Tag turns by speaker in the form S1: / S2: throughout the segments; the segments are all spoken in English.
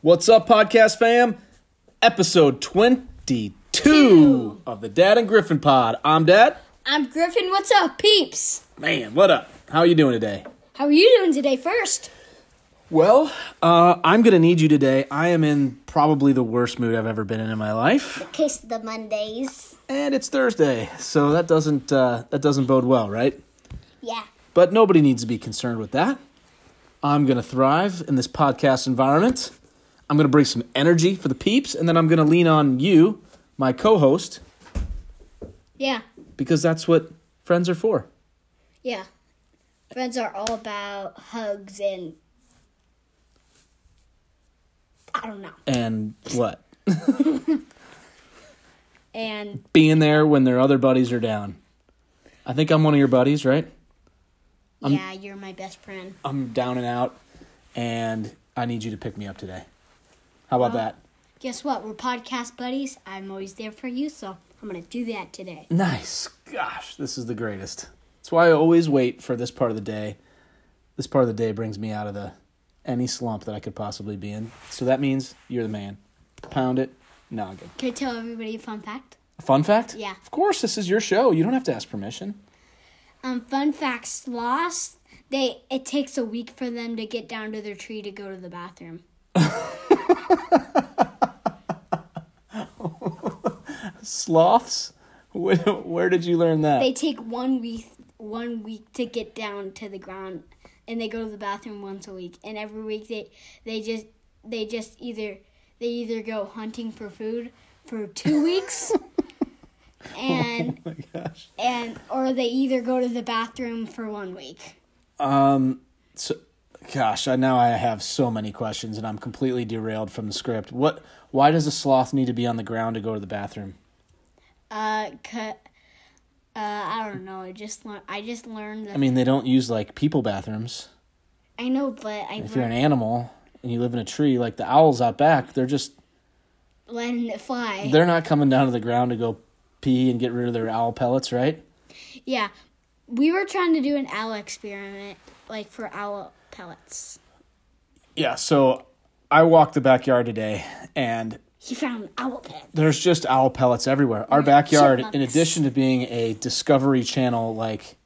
S1: What's up, podcast fam? Episode 22
S2: Two.
S1: of the Dad and Griffin Pod. I'm Dad.
S2: I'm Griffin. What's up, peeps?
S1: Man, what up? How are you doing today?
S2: How are you doing today first?
S1: Well, uh, I'm going to need you today. I am in probably the worst mood I've ever been in in my life,
S2: Kiss the Mondays.
S1: and it's Thursday, so that doesn't uh, that doesn't bode well, right?
S2: Yeah.
S1: But nobody needs to be concerned with that. I'm going to thrive in this podcast environment. I'm going to bring some energy for the peeps, and then I'm going to lean on you, my co-host,
S2: Yeah.
S1: because that's what friends are for.
S2: Yeah. Friends are all about hugs and. I don't know.
S1: And what?
S2: And
S1: Being there when their other buddies are down. I think I'm one of your buddies, right?
S2: yeah, you're my best friend.
S1: I'm down and out, and I need you to pick me up today. How about that?
S2: Guess what? We're podcast buddies. I'm always there for you, so I'm gonna do that today.
S1: Nice. Gosh, this is the greatest. That's why I always wait for this part of the day. This part of the day brings me out of the any slump that I could possibly be in. So that means you're the man. Pound it. No, I'm good.
S2: Can I tell everybody a fun fact?
S1: Fun fact?
S2: Yeah.
S1: Of course, this is your show. You don't have to ask permission.
S2: Um, fun fact: sloths. They it takes a week for them to get down to their tree to go to the bathroom.
S1: Sloths? Where, where did you learn that?
S2: they take one week one week to get down to the ground and they go to the bathroom once a week and every week they they just they just either they either go hunting for food for two weeks and
S1: oh my gosh.
S2: and or they either go to the bathroom for one week
S1: Um, so, gosh, I now I have so many questions, and I'm completely derailed from the script. What? Why does a sloth need to be on the ground to go to the bathroom?
S2: uh cut uh, I don't know. I just learned. I just learned that.
S1: I mean, they don't use like people bathrooms.
S2: I know, but I
S1: If you're an
S2: learned
S1: animal and you live in a tree, like the owls out back, they're just
S2: letting it fly.
S1: they're not coming down to the ground to go pee and get rid of their owl pellets, right?
S2: Yeah, we were trying to do an owl experiment, like for owl pellets.
S1: Yeah. So, I walked the backyard today, and
S2: He found an owl pet.
S1: there's just owl pellets everywhere. Our backyard, in
S2: chipmunks.
S1: addition to being a Discovery Channel like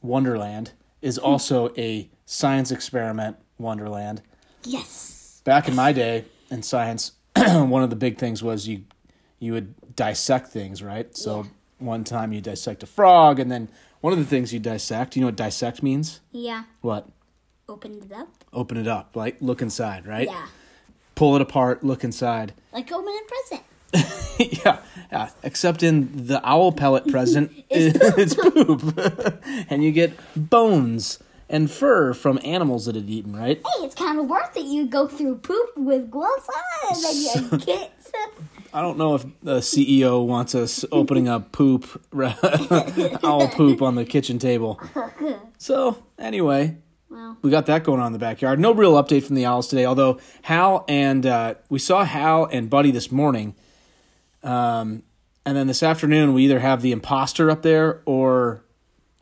S1: wonderland, is also a science experiment wonderland.
S2: Yes.
S1: Back in my day in science, one of the big things was you you would dissect things, right? So one time you dissect a frog, and then one of the things you dissect. You know what dissect means?
S2: Yeah.
S1: What?
S2: uh, Opened it up.
S1: Open it up, like look inside, right?
S2: Yeah.
S1: Pull it apart, look inside.
S2: Like open a present.
S1: yeah, yeah. Except in the owl pellet present, it's poop, and you get bones and fur from animals that had eaten. Right?
S2: Hey, it's kind of worth it. You go through poop with gloves on, and then you get some.
S1: I don't know if the CEO wants us opening up poop, owl poop on the kitchen table. So anyway,
S2: Well,
S1: we got that going on in the backyard. No real update from the Owls today, although Hal and uh, we saw Hal and Buddy this morning. Um, and then this afternoon, we either have the imposter up there or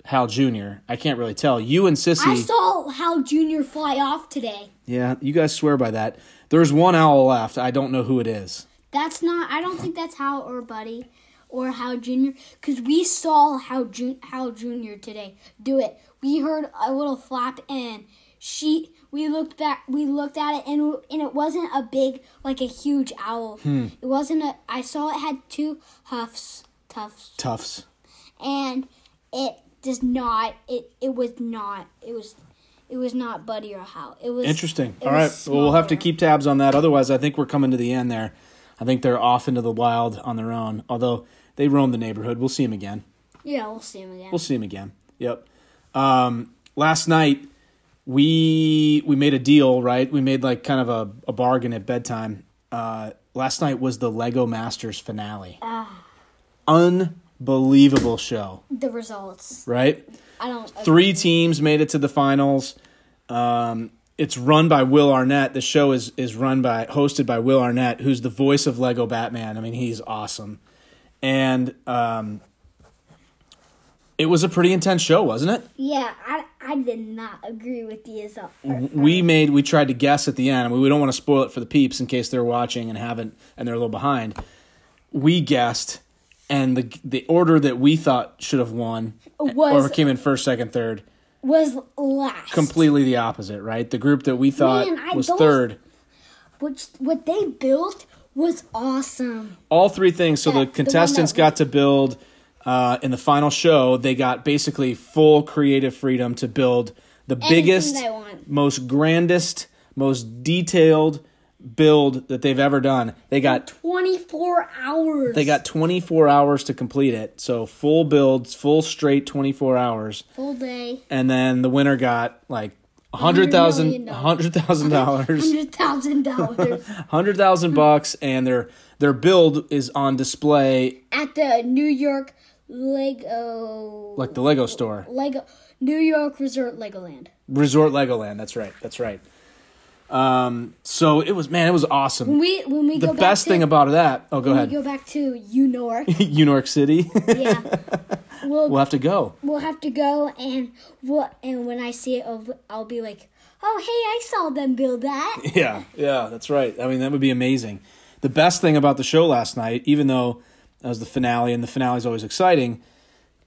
S1: Hal Jr. I can't really tell. You and Sissy.
S2: I saw how Junior fly off today.
S1: yeah, you guys swear by that. There's one owl left. I don't know who it is.
S2: That's not. I don't think that's how or Buddy or how Junior, because we saw how Jun how Junior today do it. We heard a little flap, and she. We looked back. We looked at it, and and it wasn't a big like a huge owl.
S1: Hmm.
S2: It wasn't a. I saw it had two huffs, tufts,
S1: Tufts.
S2: and it does not. It it was not. It was. It was not Buddy or How. It was
S1: Interesting.
S2: it
S1: All
S2: was
S1: right. Well, we'll have to
S2: smaller.
S1: keep tabs on that. Otherwise, I think we're coming to the end there. I think they're off into the wild on their own, although they roam the neighborhood. We'll see them again.
S2: Yeah, we'll see him again.
S1: We'll see him again. Yep. Um, last night we we made a deal, right? We made like kind of a, a bargain at bedtime. Uh, last night was the Lego Masters finale.
S2: Ah.
S1: Unbelievable show,
S2: the results.
S1: right?
S2: I don't.
S1: Three teams made it to the finals. Um, it's run by Will Arnett. The show is is run by hosted by Will Arnett, who's the voice of Lego Batman. I mean, he's awesome. And um, It was a pretty intense show, wasn't it?
S2: Yeah, I, I did not agree with the result.
S1: We made we tried to guess at the end. I mean, we don't want to spoil it for the peeps in case they're watching and haven't and they're a little behind. We guessed, and the the order that we thought should have won
S2: Was-
S1: or came in first, second, third,
S2: Was last.
S1: completely the opposite. Right? The group that we thought
S2: Man, I
S1: was
S2: don't-
S1: third.
S2: Which what they built was awesome.
S1: all three things. So
S2: Yeah,
S1: the
S2: the one
S1: contestants
S2: that-
S1: got to build uh, in the final show. They got basically full creative freedom to build the biggest,
S2: they want.
S1: most grandest, most detailed build that they've ever done. They got
S2: Twenty four hours.
S1: they got 24 hours to complete it. So full builds, full straight 24 hours,
S2: full day.
S1: and then the winner got like. Hundred thousand,
S2: million
S1: hundred thousand dollars,
S2: Hundred thousand dollars
S1: hundred thousand bucks, and their their build is on display
S2: at the New York Lego
S1: like the Lego store.
S2: Lego New York Resort Legoland.
S1: Resort Legoland. That's right. That's right. Um, so it was man, it was awesome.
S2: When we when we
S1: The
S2: go
S1: best
S2: back
S1: thing
S2: to,
S1: about that. Oh, go
S2: when we
S1: ahead.
S2: go back to Unork,
S1: New York City.
S2: yeah, we'll
S1: we'll have to go.
S2: we'll have to go and we'll, and when I see it, I'll, I'll be like, oh hey, I saw them build that.
S1: Yeah, yeah, that's right. I mean, that would be amazing. The best thing about the show last night, even though that was the finale, and the finale is always exciting,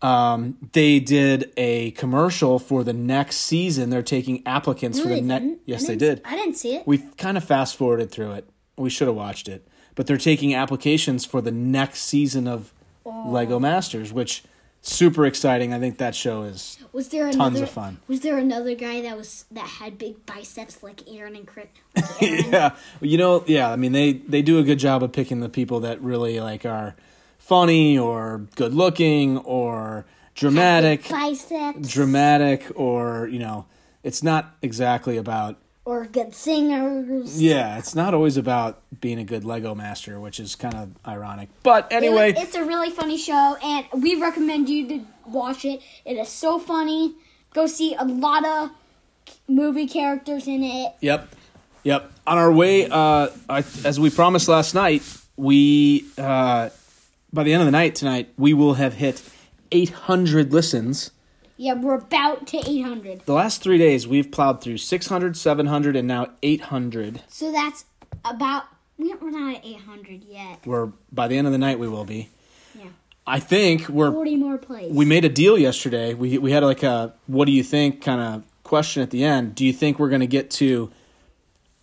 S1: um, they did a commercial for the next season. They're taking applicants for
S2: No,
S1: the
S2: they
S1: next.
S2: didn't.
S1: Yes,
S2: I
S1: they
S2: didn't-
S1: did.
S2: I didn't see it.
S1: we kind of fast forwarded through it. We should have watched it, but they're taking applications for the next season of Lego Masters, which super exciting. I think that show is
S2: Was there another,
S1: tons of fun.
S2: Was there another guy that was that had big biceps like Aaron and Chris?
S1: yeah. You know, yeah. I mean, they they do a good job of picking the people that really like are funny or good looking or dramatic,
S2: biceps
S1: dramatic or you know, it's not exactly about
S2: or good singers.
S1: yeah, it's not always about being a good Lego master, which is kind of ironic. But anyway,
S2: it's a really funny show, and we recommend you to watch it. It is so funny. Go see a lot of movie characters in it.
S1: Yep. Yep. On our way, uh, I, as we promised last night, we uh, by the end of the night tonight we will have hit 800 listens.
S2: Yeah, we're about to 800,
S1: The last three days we've plowed through 600, 700, and now 800.
S2: so that's about. we- We're not at 800 yet.
S1: We're by the end of the night we will be.
S2: Yeah,
S1: I think we're
S2: 40 more plays.
S1: we made a deal yesterday. We we had like a what do you think kind of question at the end. Do you think we're going to get to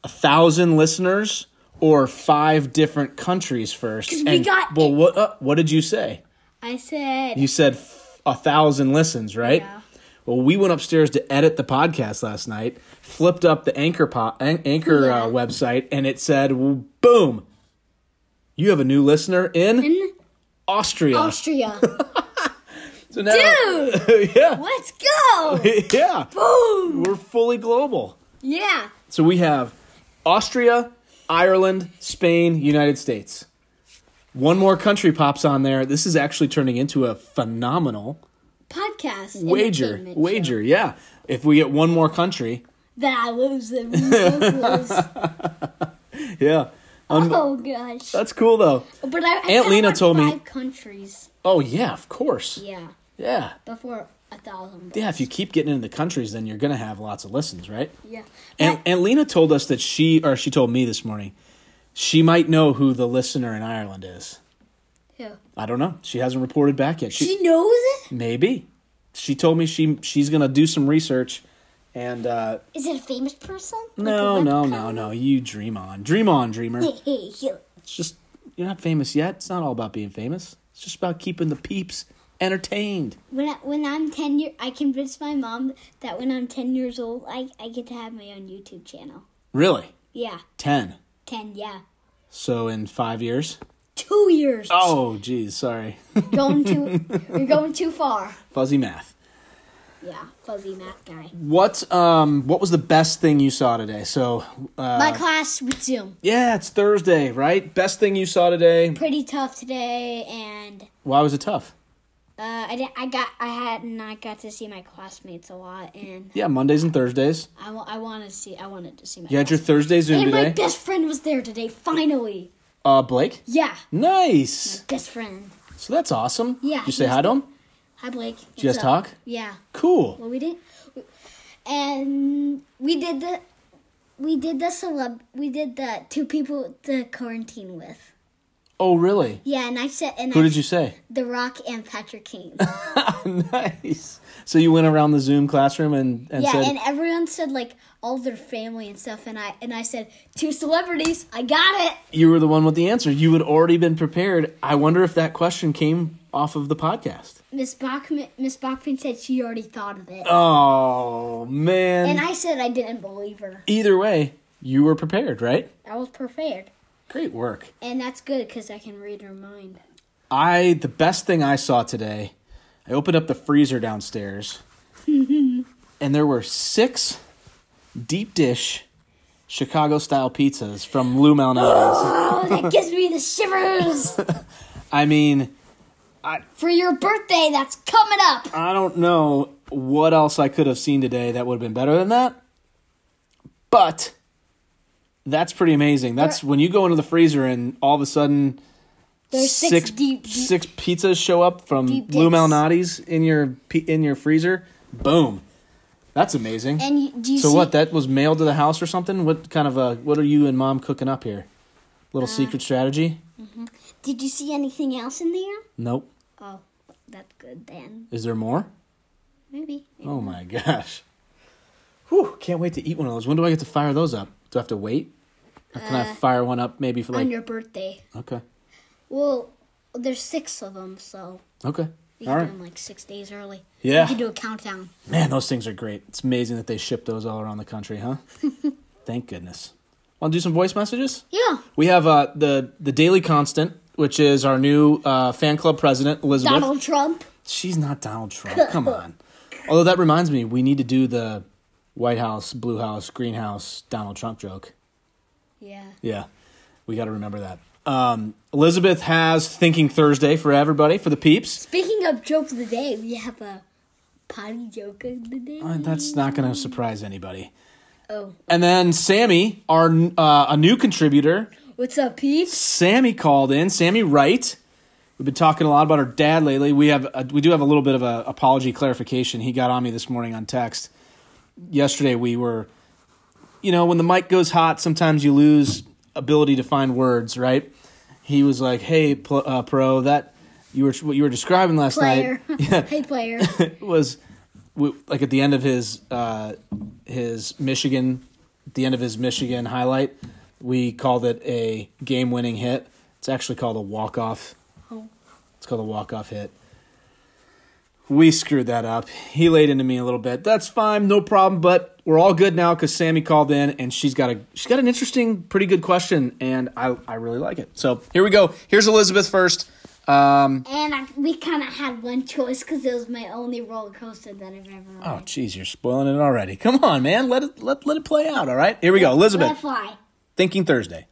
S1: a thousand listeners or five different countries first?
S2: 'Cause we got
S1: well,
S2: it.
S1: what uh, what did you say?
S2: I said.
S1: You said f- a thousand listens, right?
S2: Yeah.
S1: Well, we went upstairs to edit the podcast last night, flipped up the anchor po- an- anchor
S2: Yeah.
S1: uh, website, and it said, "Boom, you have a new listener in,
S2: In
S1: Austria."
S2: Austria.
S1: so now,
S2: Dude!
S1: yeah,
S2: Let's go!
S1: yeah,
S2: Boom!
S1: we're fully global.
S2: Yeah.
S1: So we have Austria, Ireland, Spain, United States. One more country pops on there. This is actually turning into a phenomenal
S2: Podcast.
S1: wager.
S2: entertainment
S1: Wager, yeah. If we get one more country,
S2: show. That I lose the lose.
S1: yeah,
S2: Oh gosh.
S1: that's cool though.
S2: But I, I
S1: Aunt
S2: kinda
S1: Lena
S2: want
S1: told me-
S2: five countries.
S1: Oh yeah, of course.
S2: Yeah.
S1: Yeah,
S2: Before a thousand.
S1: yeah. If you keep getting into the countries, then you're gonna have lots of listens, right?
S2: Yeah.
S1: And, and Lena told us that she, or she told me this morning, she might know who the listener in Ireland is.
S2: Who?
S1: I don't know. She hasn't reported back yet.
S2: She knows it?
S1: Maybe. She told me she she's gonna do some research, and uh,
S2: Is it a famous person?
S1: no, no, no, no. You dream on, dream on, dreamer.
S2: Hey, you.
S1: It's just you're not famous yet. It's not all about being famous. It's just about keeping the peeps entertained.
S2: When I, when I'm ten year, I convinced my mom that when I'm ten years old, I I get to have my own YouTube channel.
S1: Really,
S2: Yeah,
S1: ten.
S2: ten. Yeah,
S1: So in five years.
S2: two years.
S1: Oh, geez, sorry,
S2: going too. you're going too far.
S1: fuzzy math.
S2: Yeah, fuzzy math guy.
S1: What um what was the best thing you saw today? So uh,
S2: My class with Zoom
S1: yeah, it's Thursday, right? Best thing you saw today.
S2: pretty tough today, and
S1: Why was it tough?
S2: uh, I did, I got I had not got to see my classmates a lot, and
S1: Yeah, Mondays and Thursdays.
S2: I, wa- I want to see I wanted to see my.
S1: You had your
S2: classmates.
S1: Thursday Zoom
S2: and my
S1: today.
S2: best friend was there today. Finally,
S1: Uh, Blake.
S2: yeah,
S1: Nice.
S2: best friend.
S1: So that's awesome.
S2: Yeah,
S1: Did you say
S2: he's
S1: hi to him?
S2: Hi, Blake.
S1: Did you guys
S2: What's up?
S1: talk?
S2: Yeah.
S1: Cool.
S2: Well, we did, and we did the, we did the celeb, we did the two people to quarantine with.
S1: Oh, really?
S2: Yeah, and I said, and
S1: Who
S2: I,
S1: did you say?
S2: The Rock and Patrick Kane.
S1: nice. So you went around the Zoom classroom and, and
S2: yeah,
S1: said,
S2: and everyone said like all their family and stuff, and I and I said two celebrities. I got it.
S1: you were the one with the answer. You had already been prepared. I wonder if that question came off of the podcast.
S2: Miss Bachman, Miss Bachman said she already thought of
S1: Um,
S2: it,
S1: Oh, man.
S2: and I said I didn't believe her.
S1: Either way, you were prepared, right?
S2: I was prepared,
S1: Great work.
S2: and that's good because I can read her mind.
S1: I the best thing I saw today, I opened up the freezer downstairs, and there were six deep dish Chicago style pizzas from Lou Malnati's.
S2: Oh, that gives me the shivers.
S1: I mean,
S2: For your birthday, that's coming up.
S1: I don't know what else I could have seen today that would have been better than that, but that's pretty amazing. That's when you go into the freezer and all of a sudden
S2: There's six, deep, deep
S1: six pizzas show up from
S2: Deep
S1: Lou
S2: dips.
S1: Malnati's in your pi- in your freezer. Boom, that's amazing.
S2: And you, do you
S1: so
S2: see,
S1: what? That was mailed to the house or something? What kind of a? What are you and mom cooking up here?
S2: Uh,
S1: Little secret strategy?
S2: Did you see anything else in there?
S1: Nope.
S2: Oh, that's good then.
S1: Is there more?
S2: Maybe.
S1: Oh my gosh. Whew! Can't wait to eat one of those. When do I get to fire those up? Do I have to wait? Or can
S2: Uh,
S1: I fire one up maybe for like?
S2: On your birthday.
S1: okay.
S2: Well, there's six of them, so
S1: Okay.
S2: you
S1: All
S2: can
S1: right.
S2: do 'em, like six days early.
S1: Yeah.
S2: You can do a countdown.
S1: Man, those things are great. It's amazing that they ship those all around the country, huh? Thank goodness. Want to do some voice messages?
S2: Yeah.
S1: We have uh, the the Daily Constant, which is our new uh, fan club president, Elizabeth.
S2: Donald Trump.
S1: She's not Donald Trump. Come on. Although that reminds me, we need to do the White House, Blue House, Green House, Donald Trump joke.
S2: Yeah.
S1: Yeah, we got to remember that. Um, Elizabeth has Thinking Thursday for everybody for the peeps.
S2: Speaking of joke of the day, we have a potty joke of the day.
S1: Uh, That's not going to surprise anybody.
S2: oh,
S1: And then Sammy, our uh, a new contributor,
S2: what's up, peeps?
S1: Sammy called in. Sammy Wright. We've been talking a lot about her dad lately. We have a, we do have a little bit of a apology clarification. He got on me this morning on text. Yesterday we were, you know, when the mic goes hot, sometimes you lose ability to find words. Right? He was like, "Hey, pl- uh, pro, that you were what you were describing last
S2: Player.
S1: night
S2: hey, player.
S1: was w- like at the end of his uh, his Michigan, at the end of his Michigan highlight, we called it a game winning hit. It's actually called a walk off.
S2: Oh.
S1: It's called a walk off hit. We screwed that up. He laid into me a little bit. That's fine, no problem. But we're all good now because Sammy called in and she's got a she's got an interesting, pretty good question, and I I really like it. So here we go. Here's Elizabeth first. Um,
S2: And I, we kind of had one choice because it was my only roller coaster that I've ever.
S1: Oh, jeez, you're spoiling it already. Come on, man. Let it let, let it play out, all right? Here we go. Elizabeth,
S2: Let fly.
S1: Thinking Thuday.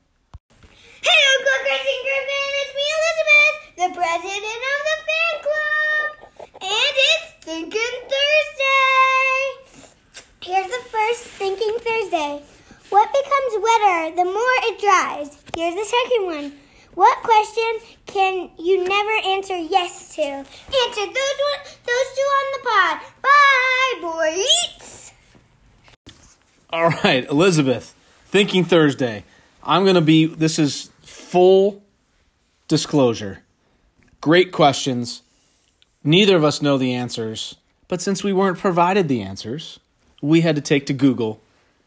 S3: Hey, Uncle Chris and Griffin, it's me, Elizabeth, the president of the fan club. And it's Thinking Thursday. Here's the first Thinking Thursday. What becomes wetter the more it dries? Here's the second one. What question can you never answer yes to? Answer those one, those two on the pod. Bye, boys.
S1: All right, Elizabeth, Thinking Thursday. I'm going to be this is full disclosure. Great questions. Neither of us know the answers, but since we weren't provided the answers, we had to take to Google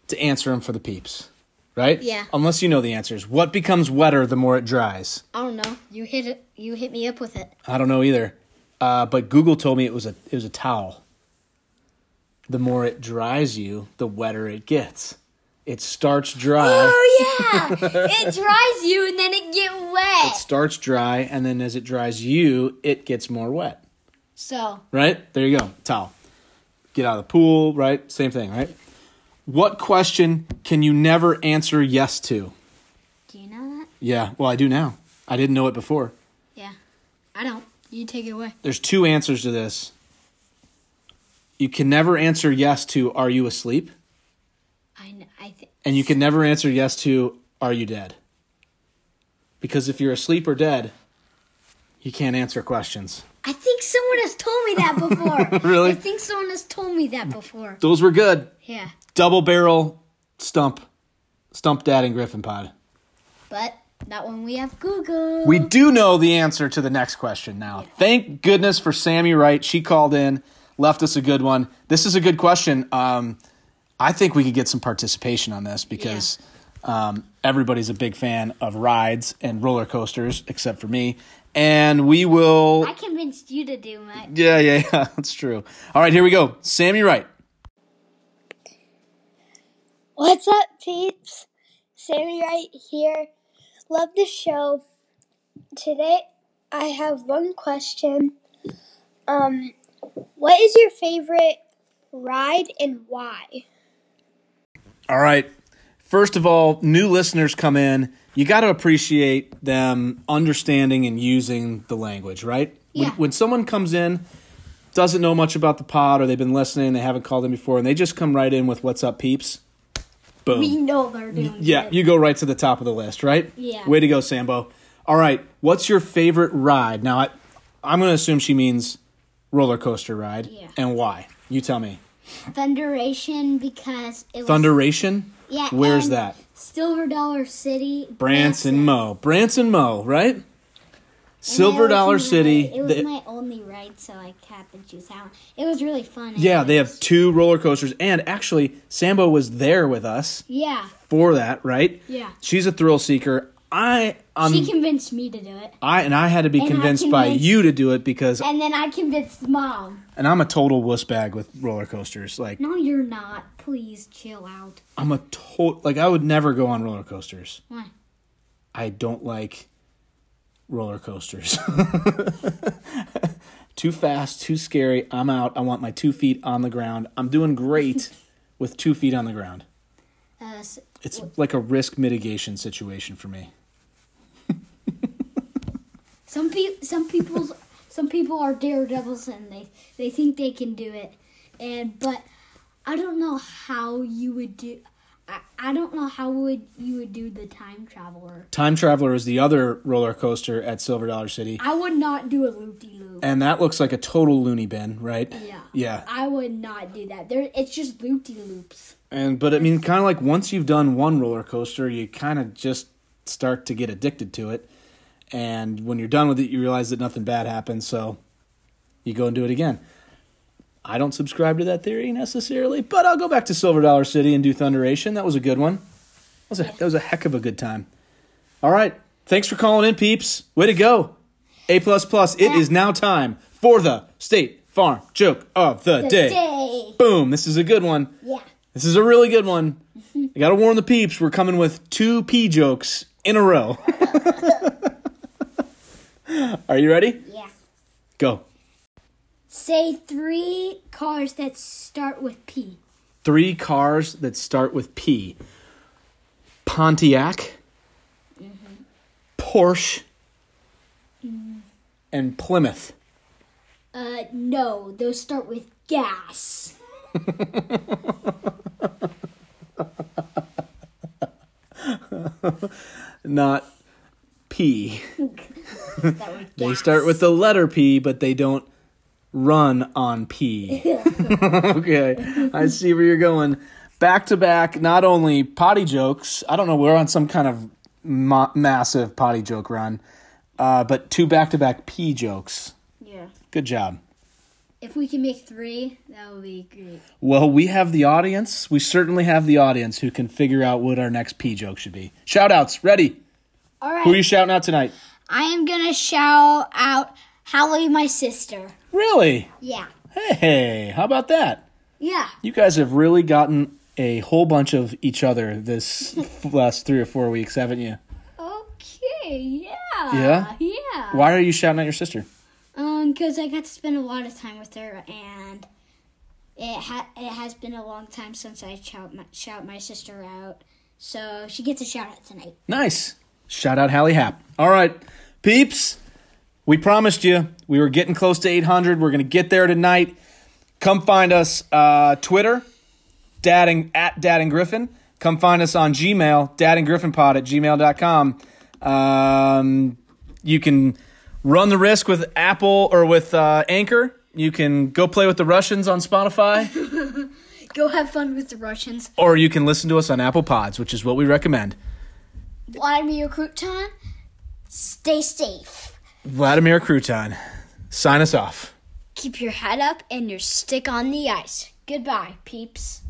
S1: to answer them for the peeps. Right?
S2: Yeah.
S1: Unless you know the answers. What becomes wetter the more it dries?
S2: I don't know. You hit it. You hit me up with it.
S1: I don't know either. Uh, but Google told me it was a it was a towel. The more it dries you, the wetter it gets. It starts dry.
S2: Oh yeah, it dries you and then it get wet.
S1: it starts dry, and then as it dries you, it gets more wet.
S2: so
S1: Right? There you go. Towel. Get out of the pool, right? Same thing, right? What question can you never answer yes to?
S2: do you know that?
S1: Yeah, well I do now. I didn't know it before.
S2: Yeah, I don't. You take it away.
S1: There's two answers to this. You can never answer yes to are you asleep?
S2: I kn- I think
S1: And you can never answer yes to, are you dead? Because if you're asleep or dead, you can't answer questions.
S2: I think someone has told me that before.
S1: Really?
S2: I think someone has told me that before.
S1: Those were good.
S2: Yeah.
S1: Double barrel stump. Stump Dad and Griffin Pod.
S2: But that one we have Google.
S1: We do know the answer to the next question now. Thank goodness for Sammy Wright. She called in, left us a good one. This is a good question. Um, I think we could get some participation on this because um, everybody's a big fan of rides and roller coasters, except for me. And we will.
S2: I convinced you to do my
S1: Yeah, yeah, yeah. That's true. All right, here we go. Sammy Wright.
S3: What's up, peeps? Sammy right here. Love the show. Today I have one question. Um, what is your favorite ride and why?
S1: All right. First of all, new listeners come in. You got to appreciate them understanding and using the language, right?
S2: Yeah.
S1: When, when someone comes in, doesn't know much about the pod, or they've been listening, they haven't called in before, and they just come right in with "What's up, peeps?" Boom.
S2: We know they're doing
S1: yeah,
S2: good.
S1: you go right to the top of the list, right?
S2: Yeah.
S1: Way to go, Sambo. All right. What's your favorite ride? Now, I, I'm going to assume she means roller coaster ride,
S2: Yeah.
S1: and why? You tell me.
S2: Thunderation because it was
S1: Thunderation.
S2: Yeah.
S1: Where's
S2: and
S1: that?
S2: Silver Dollar City.
S1: Branson Mo. Branson Mo, right? Silver
S2: And that was
S1: Dollar
S2: my-
S1: City.
S2: It was
S1: They-
S2: my only ride, so I had to choose that one. It was really fun. and
S1: yeah,
S2: it
S1: they have
S2: was-
S1: two roller coasters. And actually, Sambo was there with us
S2: Yeah,
S1: for that, right?
S2: Yeah.
S1: She's a thrill seeker. I um
S2: she convinced me to do it,
S1: I and I had to be
S2: And I
S1: convinced by
S2: convinced-
S1: you to do it because
S2: and then I convinced mom.
S1: and I'm a total wuss bag with roller coasters. Like
S2: No, you're not. Please chill out.
S1: I'm a total like I would never go on roller coasters.
S2: Why?
S1: I don't like roller coasters. too fast, too scary. I'm out. I want my two feet on the ground. I'm doing great with two feet on the ground.
S2: Uh, s-
S1: It's like a risk mitigation situation for me.
S2: some people, some people's, some people are daredevils and they they think they can do it, and but I don't know how you would do. I, I don't know how would you would do the time traveler.
S1: Time Traveler is the other roller coaster at Silver Dollar City,
S2: I would not do a loop de loop.
S1: and that looks like a total loony bin, right?
S2: Yeah.
S1: Yeah.
S2: I would not do that. There, it's just loop de loops.
S1: And but I mean, kind of like once you've done one roller coaster, you kind of just start to get addicted to it. And when you're done with it, you realize that nothing bad happened, so you go and do it again. I don't subscribe to that theory necessarily, but I'll go back to Silver Dollar City and do Thunderation. That was a good one. That was a, that was a heck of a good time. All right, thanks for calling in, peeps. Way to go, A plus plus. It is now time for the State Farm joke of the, day.
S2: Day.
S1: Boom! This is a good one.
S2: Yeah.
S1: This is a really good one. I gotta warn the peeps, we're coming with two pee jokes in a row. Are you ready?
S2: Yeah.
S1: Go.
S2: Say three cars that start with P.
S1: Three cars that start with P Pontiac, Porsche, and Plymouth.
S2: Uh, no, those start with gas.
S1: Not P.
S2: That were
S1: They
S2: gas.
S1: start with the letter P, but they don't run on P. okay, I see where you're going. Back to back, not only potty jokes, I don't know, we're on some kind of ma- massive potty joke run, uh, but two back to back P jokes.
S2: Yeah.
S1: Good job.
S2: If we can make three, that would be great.
S1: Well, we have the audience. We certainly have the audience who can figure out what our next P joke should be. Shout outs, ready.
S2: All
S1: Who are you
S2: right.
S1: shouting out tonight?
S2: I am gonna shout out Hallie, my sister.
S1: Really?
S2: Yeah.
S1: Hey, how about that?
S2: Yeah.
S1: You guys have really gotten a whole bunch of each other this last three or four weeks, haven't you?
S2: Okay. Yeah.
S1: Yeah?
S2: Yeah.
S1: Why are you shouting at your sister?
S2: Um, because I got to spend a lot of time with her, and it ha- it has been a long time since I shout my, shout my sister out. So she gets a shout out tonight.
S1: Nice. Shout out Hallie Hap. All right, peeps, we promised you we were getting close to 800. We're going to get there tonight. Come find us uh, Twitter, dad and, at dad and griffin. Come find us on Gmail, dad and griffin pod at gmail.com. Um, you can Run the risk with Apple or with uh, Anchor. You can go play with the Russians on Spotify,
S2: Go have fun with the Russians.
S1: or you can listen to us on Apple Pods, which is what we recommend.
S2: Vladimir Crouton, stay safe.
S1: Vladimir Crouton, sign us off.
S2: Keep your head up and your stick on the ice. Goodbye, peeps.